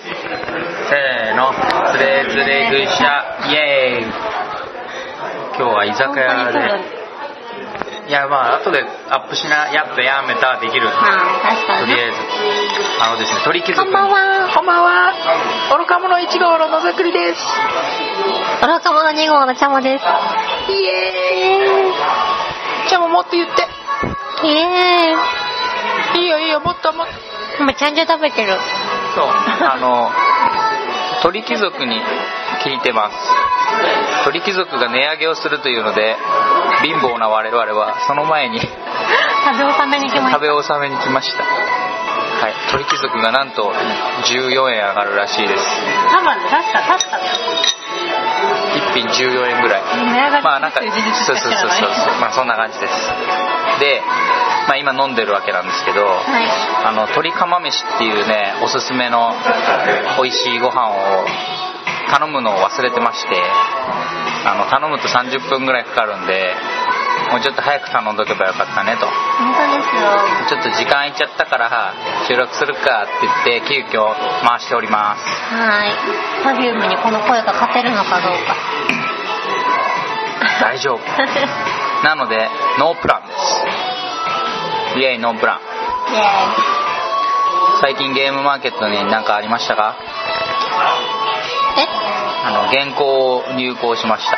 せーの、つれつれぐしゃ、イエーイ。今日は居酒屋で、いや、まあ後でアップしな、やっとやめた、できるんで。まあ確かとにりあえず、あのですね、鳥貴族こんばんはこんばんは。愚か者1号の野作りです。愚か者2号のチャモですイエじゃあもうもっと言って。ーイイエいいよいいよ、もっともっと。ーイめちゃんじゃ食べてるそう、あの、鳥貴族に聞いてます。鳥貴族が値上げをするというので、貧乏な我々はその前に食べ納めに来まし食べ納めに来ました。はい、鳥貴族がなんと14円上がるらしいです。た多分確か確か一品14円ぐらい。値上がりまあなんか、すそるうっていう そうそうそう、事実だけど ねまあそんな感じです。で、まあ今飲んでるわけなんですけど、はいあの鶏釜飯っていうねおすすめの美味しいご飯を頼むのを忘れてましてあの頼むと30分ぐらいかかるんでもうちょっと早く頼んどけばよかったねと本当ですよちょっと時間空いちゃったから収録するかって言って急遽回しておりますはいパフュームにこの声が勝てるのかどうか 大丈夫なのでノープランですイエイノープランイエ最近ゲームマーケットに何かありましたかーイえあの原稿を入稿しました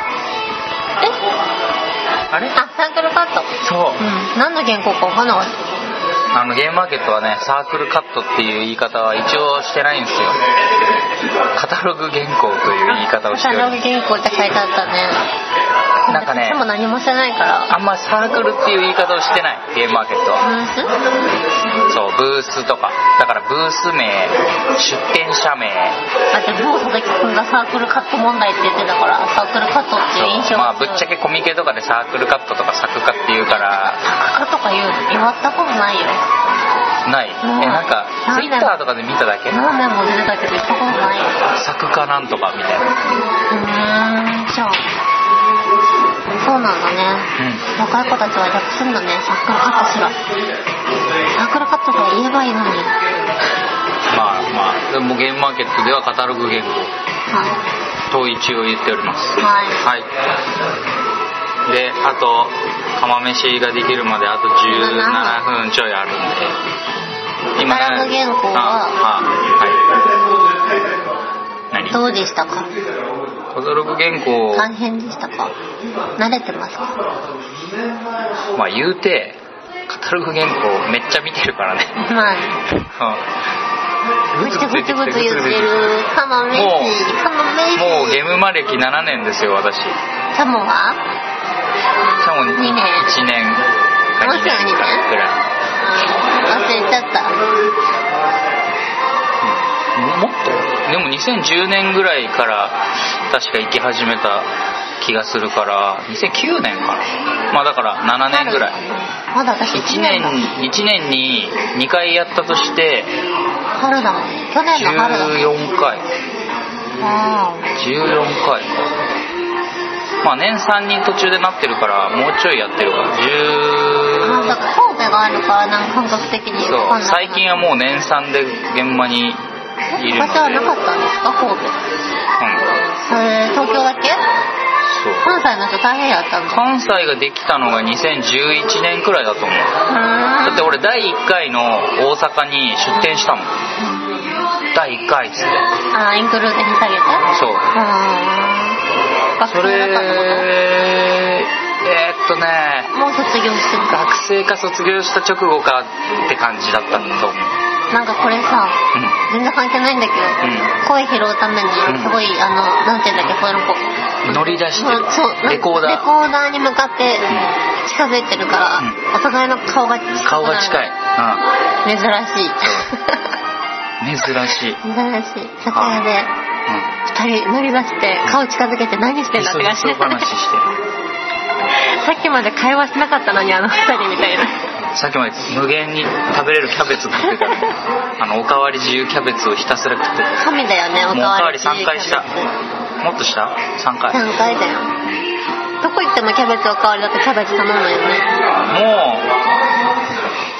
あれあ、サークルカット。そううん。何の原稿かわかんなかっあのゲームマーケットはねサークルカットっていう言い方は一応してないんですよカタログ原稿というた。言い方をしてサおログり原稿って書いてあったね。なんかねでも何もしてないから。あんまサークルっていう言い方をしてないゲームマーケットはうんそうブースとかだからブース名出店者名だって某佐々木くんがサークルカット問題って言ってたから、サークルカットっていう印そう象まあがぶっちゃ強いけコミケとかでサークルカットとか作家っていうから作家とか言うの言わったことないよ。ないえうんなんかなんだろうツイッターとかで見ただけ何年も出てたけど言ったことないよ。作家なんとかみたいなうーん、じゃあ。そうなんだね。うん若い子たちは略すんだね、サークルカットすら。サークルカットって言えばいいのに。まあまあでもゲームマーケットではカタログ原稿はとい一応言っておりますははいいであと釜飯ができるまであと17分ちょいあるんでカタログ原稿はああはい何どうでしたかカタログ原稿大変でしたか慣れてますかまあ言うてカタログ原稿めっちゃ見てるからねまあ、うんぐつぐつぐつぐ言ってつぐつ言る。カモメもシ、カモメうもうシ。ゲームマ歴7年ですよ私しカモはかも1 2年年か2年かぐらい忘れちゃった。もっとでも2010年ぐらいから確か行き始めた気がするから2009年かなまあだから7年ぐらいまだ私1 1年年だ。 1年に2回やったとして春だもんね。去年の春だもんね。 14回わー14回まあ年3人途中でなってるからもうちょいやってるからおあ、10だから神戸があるから、なんか感覚的にそわかうんない。最近はもう年3で現場にいるので、うん、昔はなかったんですか神戸。えー、東京だけそう関西の人大変やったんだ。関西ができたのが2011年くらいだと思うだうーんって俺第1回の大阪に出店したもん第1回っつってあー、インクルーデに下げてそううーん学そ生れだったってえーっとねこともう卒業してるか学生か卒業した直後かって感じだったと思うなんかこれさうん全然関係ないんだけど、ん声拾うためにすごい、あのなんていうんだっけこういうのこう乗り出してそうそうなんかレコーレダーコーダーに向かって近づいてるから、うんお互いの顔が近くなる顔が近い、珍しいうん、珍しい、うん、珍しい酒屋で二人乗り出して顔近づけて何してんだって感じ急ぎ話してさっきまで会話しなかったのにあの二人みたいなさっきまで無限に食べれるキャベツ食ってた のあのおかわり自由キャベツをひたすら食ってた神だよねおもうおかかわわりり自3由回したキャベツもっとした3回もう3回だよどこ行ってもキャベツおかわりだとキャベツ頼むよねあ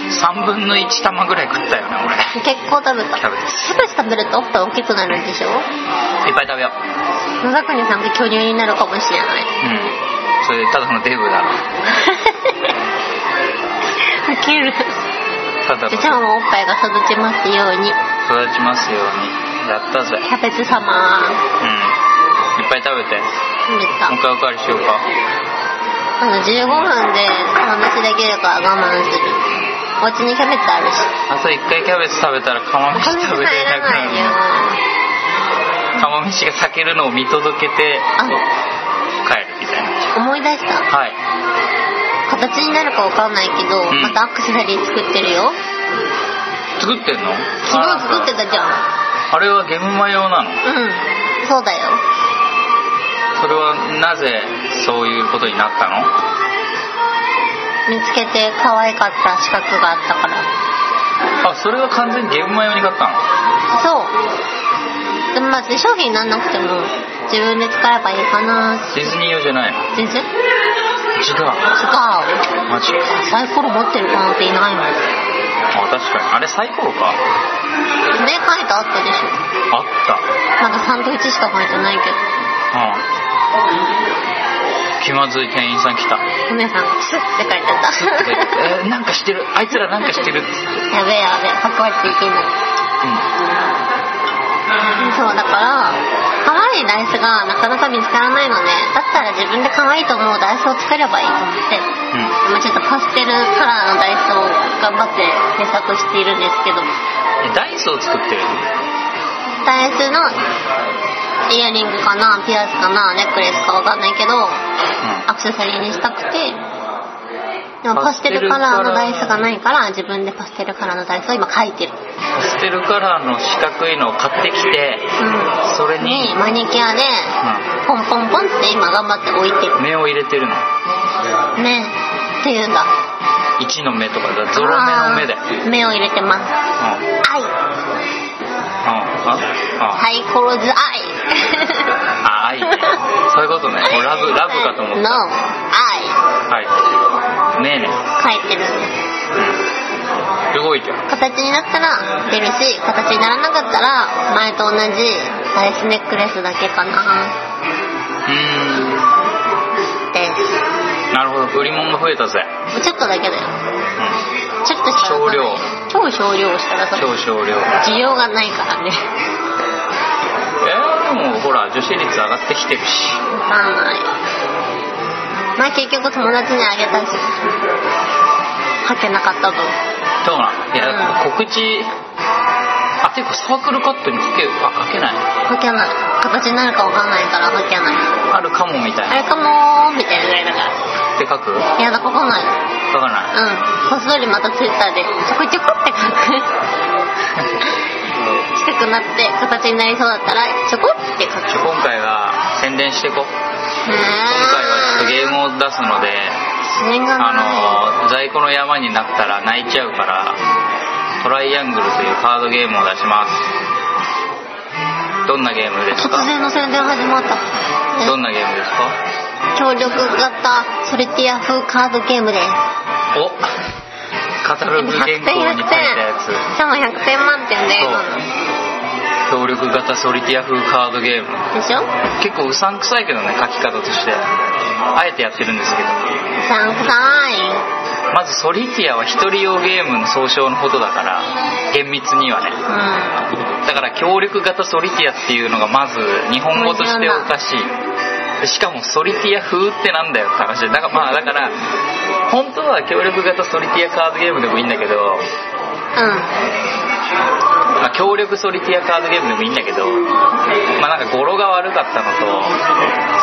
3分の1玉ぐらい食ったよね 俺結構食べたキャベツキャベツ食べるとおっぱい大きくなるんでしょいっぱい食べよう野田国さんが巨乳になるかもし れないうんそれただのデブだろウケるただのじゃあ今日もおっぱいが育ちますように育ちますようにやったぜうんいキャベツっ様ぱい食べても食うべた一回おかわりしようかあの15分でお話できるから我慢するお家にキャベツあるしあと一回キャベツ食べたら釜お飯金食使べれえならくなないよる釜飯が避けるのを見届けてあ帰るみたいな思い出したはい形になるかわかんないけど、うんまたアクセサリー作ってるよ作ってんの昨日作ってたじゃんあれはゲムマ用なのうんそうだよそれはなぜそういうことになったの見つけて可愛かった資格があったからあそれは完全にゲームマ用に買ったのそうでもまあ商品になんなくても自分で使えばいいかなディズニー用じゃないの全然違う違うマジかサイコロ持ってる子なんていないもんあ確かにあれサイコロかで書いてあったでしょあったまだサンドイッチしか書いてないけどうん気まずい店員さん来たお姉さんスッて書い てた えーなんかしてるあいつらなんかしてるやべえやべえ白米ついてんのうそうだから可愛いダイスがなかなか見つからないのでだったら自分で可愛いと思うダイスを作ればいいと思ってんうん今ちょっとパステルカラーのダイスを頑張って制作しているんですけどえダイスを作ってるダイスのイヤリングかなピアスかなネックレスかわかんないけどうアクセサリーにしたくてでもパステルカラーのダイスがないから自分でパステルカラーのダイスを今描いてるんパステルカラーの四角いのを買ってきてうそれんに、にマニキュアでポンポンポンって今頑張って置いてるうん目を入れてるのねっていうんだ1の目とかだゾロ目の目であー目を入れてますうんうん愛ああサイコロズ愛あ愛そういうことねもうラブラブかと思っのた愛はいねえね書いてるんですすごいじゃん形になったら出るし形にならなかったら前と同じダイスネックレスだけかなうーでんなるほど売り物が増えたぜ、すちょっとだけだようちょっとしか少量超少量したらそん、れ超少量需要がないからねえー、でもほら女子率上がってきてるしわかんないまあ結局友達にあげたし書けなかった分どうなんいや、う告知あていうかサークルカットにかけあかけない書けない形になるかわかんないから書けないあるかもみたいあなれかもーみたいなぐらいだかって書く書からやだ書かなないいうんこっそりまたツイッターでちょこちょこって書 く近くなって形になりそうだったらちょこって書くちょ今回は宣伝していこう今ね回はちょっとえゲームを出すのでそれがないあのー在庫の山になったら泣いちゃうからトライアングルというカードゲームを出しますどんなゲームです突か然の宣伝始まったねどんなゲームですか協力型ソリティア風カードゲームですおカタログ原稿に書いたやつしかも100点満点で協力型ソリティア風カードゲームでしょ結構うさんくさいけどね書き方としてあえてやってるんですけどさんくさまずソリティアは一人用ゲームの総称のことだから厳密にはねいだから協力型ソリティアっていうのがまず日本語としておかしいでしかもソリティア風ってなんだよって話でだからまあだから本当は協力型ソリティアカードゲームでもいいんだけどうんうんまあ、協力ソリティアカードゲームでもいいんだけど、まあ、なんか語呂が悪かったのと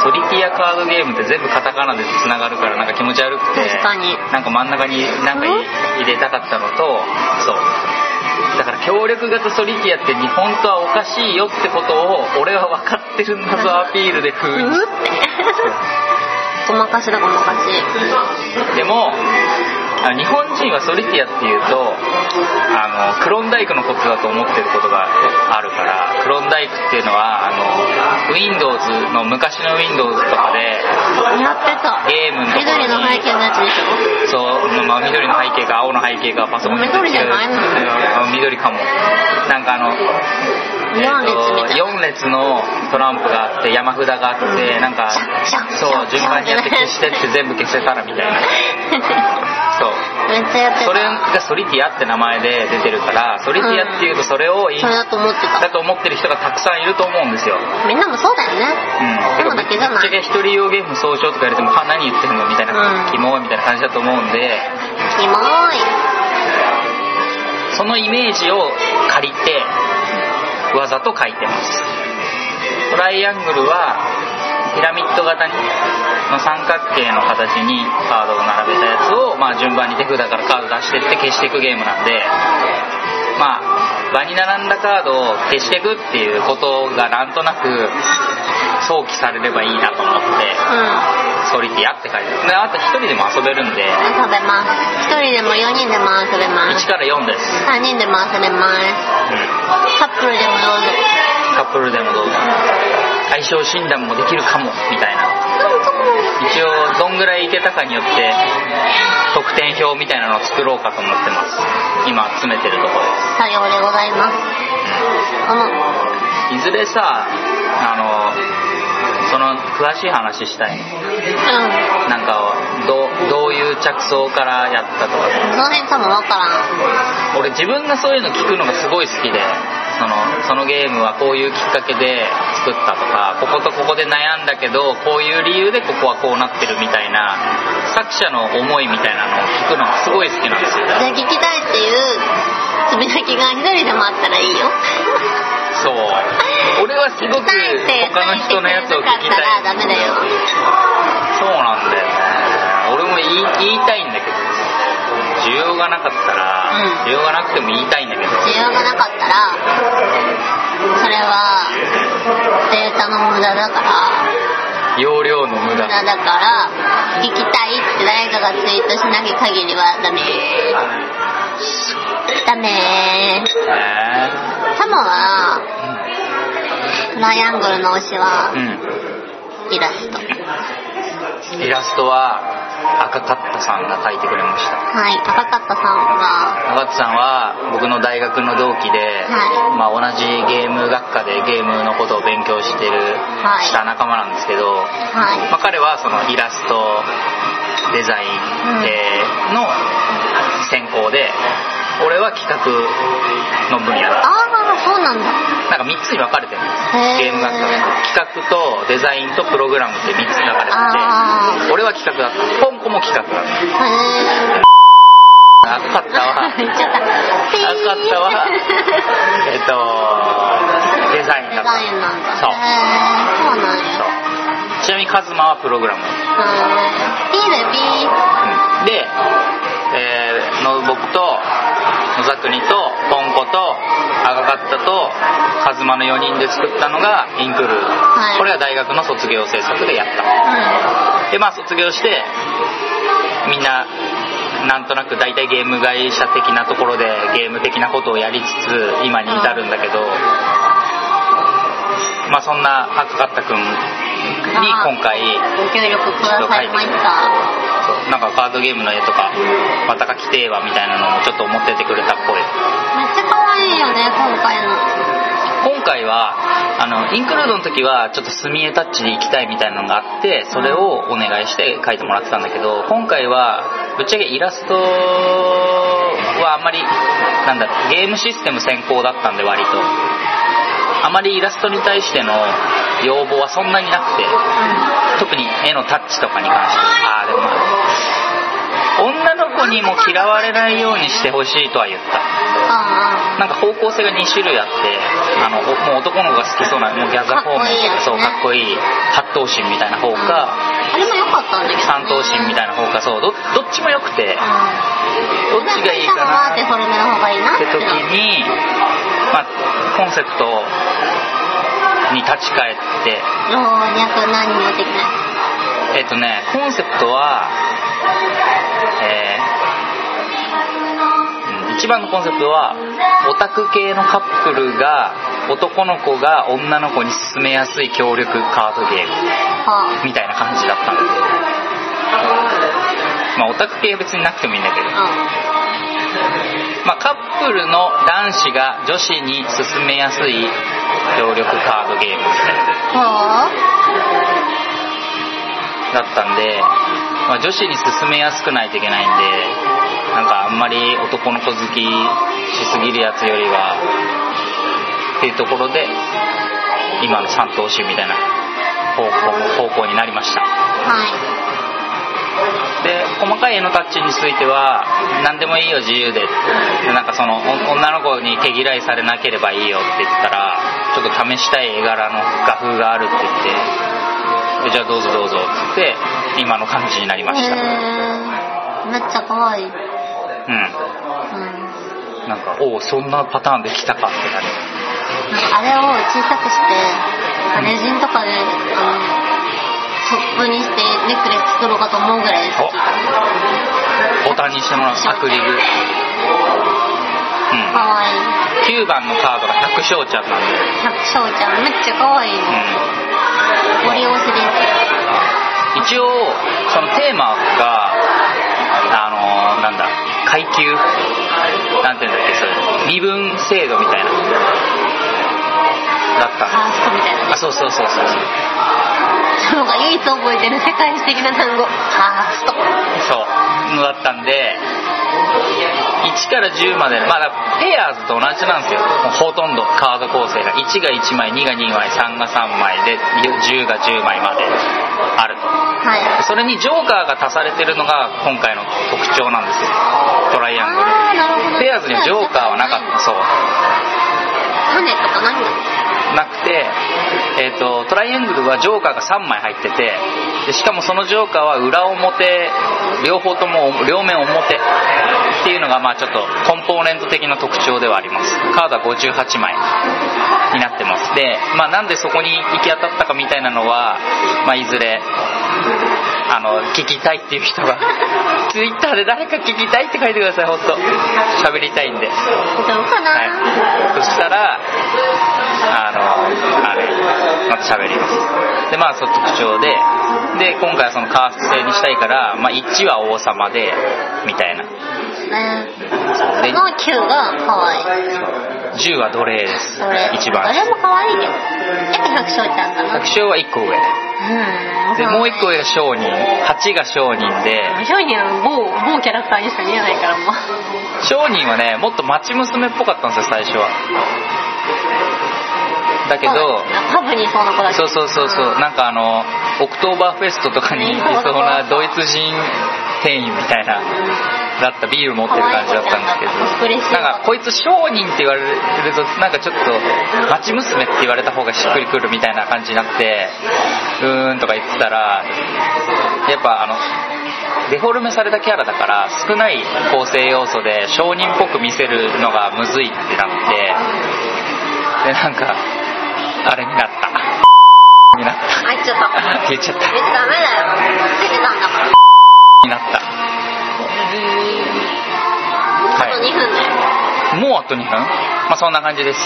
ソリティアカードゲームって全部カタカナでつながるからなんか気持ち悪くて確かになんか真ん中になんかうん入れたかったのとそうだから協力型ソリティアって日本とはおかしいよってことを俺は分かってるんだぞアピールで風うにうってごまかしだごまかしでもあ日本人はソリティアっていうとあのクロンダイクのことだと思ってることがあるからクロン大工っていうのはあの Windows の昔の Windows とかでやってたゲームのところに緑の背景のやつでしょそう、まあ、緑の背景か青の背景かパソコンに緑じゃないのうん緑かもなんかあの四列みたいな4列のトランプがあって山札があって、うんなんかシャッシャッそうシャッ順番にやって消して って全部消せたらみたいなそうめっちゃやってたそれがソリティアって名前で出てるからソリティアっていうとそれをインそれだと思ってただと思ってる人がたくさんいると思うんですよみんなもそうだよねうん、でもだけじゃないぶっちゃけ一人用ゲーム総称とか言われても「は何言ってんの?」みたいな「うんキモい」みたいな感じだと思うんでキモいそのイメージを借りてわざと書いてますトライアングルはピラミッド型にの三角形の形にカードを並べたやつを、まあ、順番に手札からカード出してって消していくゲームなんでまあ場に並んだカードを消していくっていうことがなんとなく想起されればいいなと思ってうんソリティアって書いてあるであと1人でも遊べるんで遊べます一人でも四人でも遊べます1から4です、三人でも遊べますカップルでもどうぞカップルでもどうぞ相性診断もできるかもみたいな一応どんぐらいいけたかによって得点表みたいなのを作ろうかと思ってます今詰めてるところで作業でございますあのすいずれさあのその詳しい話したいねうんなんかどうどういう着想からやったとかその辺多分わからん俺自分がそういうの聞くのがすごい好きでそのそのゲームはこういうきっかけで作ったとかこことここで悩んだけどこういう理由でここはこうなってるみたいな作者の思いみたいなのを聞くのがすごい好きなんですよじゃあ聞きたいっていうつぶやきが一人でもあったらいいよそう俺はすごく他の人のやつを聞き書いてくれなかったたらダいメだよそうなんだよね俺も言い言いたいんだけど需要がなかったら、うん需要がなくても言いたいんだけど需要がなかったらそれはデータの無駄だから容量の無無駄駄だから聞きたいって誰かがツイートしなきゃ限りはダメダメえサモはトライアングルの推しはーうんイラストイラストは赤カッタさんが描いてくれましたはい赤かったさんは赤カッタさんは僕の大学の同期で、はまあ、同じゲーム学科でゲームのことを勉強してる、いした仲間なんですけど、はいまあ、彼はそのイラストデザインえーの専攻で俺は企画の分野だああそうなんなだんか3つに分かれてるんですへーゲーム学科で企画とデザインとプログラムって3つに分かれあてて俺は企画だったポンコも企画だったへえ赤かったは言っちゃったピー赤かったはえっとデザインデだっザインなんだそうへえそうなんやたそうちなみにカズマはプログラム、はいピーだよピうーんで、えーの僕と野ざくにとポンコと赤かったとカズマの4人で作ったのがインクルー、いこれは大学の卒業制作でやったでまあ卒業してみんななんとなく大体ゲーム会社的なところでゲーム的なことをやりつつ今に至るんだけど、まあそんな赤かったくんに今回うんご協力くださいましたそうなんかカードゲームの絵とかまた描きてえわみたいなのもちょっと持ってってくれたっぽいめっちゃ可愛いよね今回の今回はあのインクルードの時はちょっと墨絵タッチで行きたいみたいなのがあってそれをお願いして描いてもらってたんだけど今回はぶっちゃけイラストはあんまりなんだろうゲームシステム先行だったんで割とあまりイラストに対しての要望はそんなになくて特に絵のタッチとかに関してああでもまあ女の子にも嫌われないようにしてほしいとは言ったあなんか方向性が2種類あってあのおもう男の子が好きそうなもうギャザ方面かっこいいやつそうねかっこいい八頭身みたいな方あか、あれも良かったんだけどね三頭身みたいな方かそうどどっちも良くてどうっんちがいいかな女の人はデフォルメの方がいいなっっててな時に、まあ、コンセプトに立ち返って老若男女的なえっ、とねコンセプトはえーうん一番のコンセプトはオタク系のカップルが男の子が女の子に勧めやすい協力カードゲームはみたいな感じだったんでまあオタク系は別になくてもいいんだけどあまあ、カップルの男子が女子に勧めやすい協力カードゲームみたいなうんはだったんで、まあ、女子に勧めやすくないといけないんでなんかあんまり男の子好きしすぎるやつよりはっていうところで今の三頭集みたいな方向方向になりましたはで細かい絵のタッチについては何でもいいよ自由ででなんかそのお女の子に毛嫌いされなければいいよって言ったらちょっと試したい絵柄の画風があるって言ってでじゃあどうぞどうぞって言って今の感じになりまいしたうんへえめっちゃ可愛いうんなんかおおそんなパターンできたかって感あれを小さくしてレジンとかであのトップにしてネックレス作ろうかと思うぐらいですじボタンにしてもらうアクリルうん可愛い9番のカードが百姓ちゃんなんで百姓ちゃんめっちゃ可愛いのゴリ押しです一応そのテーマがあのなんだ階級なんていうんだっけそれ身分制度みたいなだっカたーストみたいなあそうそうそうそうそうそのが唯一覚えてる世界史的な単語カーストそうのだったんで1から10までまだペアーズと同じなんですよほとんどカード構成が1が1枚2が2枚3が3枚で10が10枚まであるとはいそれにジョーカーが足されてるのが今回の特徴なんですよトライアングルあーなるほどペアーズにはジョーカーはなかったそう種とかないんだなくて、えー、とトライアングルはジョーカーが3枚入っててでしかもそのジョーカーは裏表両方とも両面表っていうのがまあちょっとコンポーネント的な特徴ではありますカードは58枚になってますで、まあ、なんでそこに行き当たったかみたいなのは、まあ、いずれあの聞きたいっていう人が ツイッターで誰か聞きたいって書いてください本当喋りたいんでどうかな、はい、そしたらあのあれまた喋りますでまあその特徴でで今回はそのカースト制にしたいから、まあ、1は王様でみたいなねその9が可愛い10は奴隷ですこれ一ど番れも可愛いけどやっぱ百姓ちゃんかな百姓は1個上うんでもう1個上が商人8が商人で百姓には某某キャラクターにしか見えないからもう商人はねもっと町娘っぽかったんですよ最初はだけどパブにいそうな子だけどそうそうそうそうなんかあのオクトーバーフェストとかにいそうなドイツ人店員みたいなだったビール持ってる感じだったんですけど嬉しいなんかこいつ商人って言われるとなんかちょっと町娘って言われた方がしっくりくるみたいな感じになってうーんとか言ってたらやっぱあのデフォルメされたキャラだから少ない構成要素で商人っぽく見せるのがむずいってなってでなんかあれになったになった入っちゃった言言っっちゃったちゃダメだよついてたんだからになったあと2分だよもうあと2分まあそんな感じです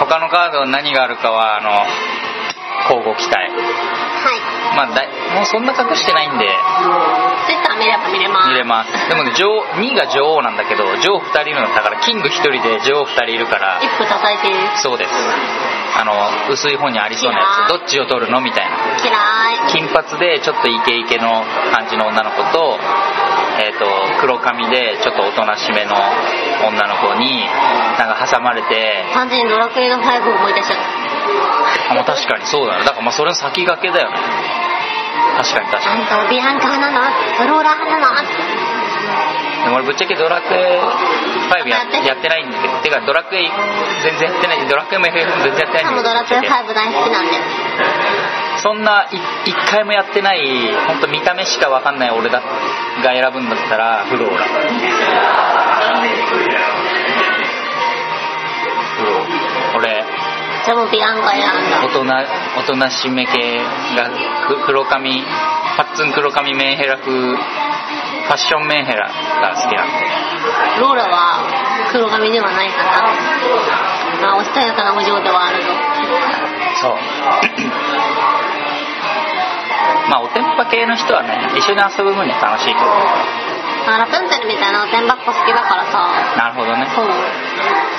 他のカード何があるかはあの交互期待はまあだいもうそんな隠してないんでいツイッター見れば見れます見れますでもね女王2が女王なんだけど女王2人いるのだからキング1人で女王2人いるから一歩叩いてるそうですあの薄い方にありそうなやつどっちを取るのみたいな嫌金い髪でちょっとイケイケの感じの女の子と,、えー、と黒髪でちょっとおとなしめの女の子になんか挟まれて完全にドラクエの5を思い出しちゃったあまあ確かにそうだねだからまあそれの先駆けだよね確かに確かあんたはビアンカ派なのフローラ派なのっにてでも俺ぶっちゃけドラクエ5ややってないんだけどてかドラクエ全然やってないドラクエも FF も全然やってなしかいんもドだラけどクエ5大好きなんでそんな1回もやってない本当見た目しか分かんない俺だが選ぶんだったらフローラフローラ俺じゃあもうビアンカ選んだ大人大人しめ系がく黒髪パッツン黒髪メンヘラ風ファッションメンヘラが好きなんでローラは黒髪ではないからあおしとやかなお嬢ではあるぞそうまあおてんぱ系の人はね一緒に遊ぶ分には楽しいけどあラプンツェルみたいなおてんばっこ好きだからさなるほどね、そう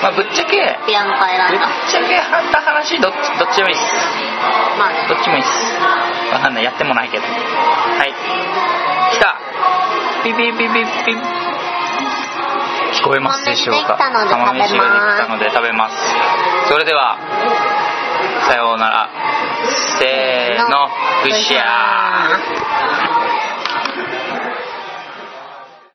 まあ、ぶっちゃけピアノ変えらぶれったちゃけはった話どっちどっちでもいいっすまあねどっちもいいっすわかんないやってもないけどはい来たピピピピピ聞こえますでしょうか釜釜飯ができ飯がたので食べますそれではさようならせーのグッシャーー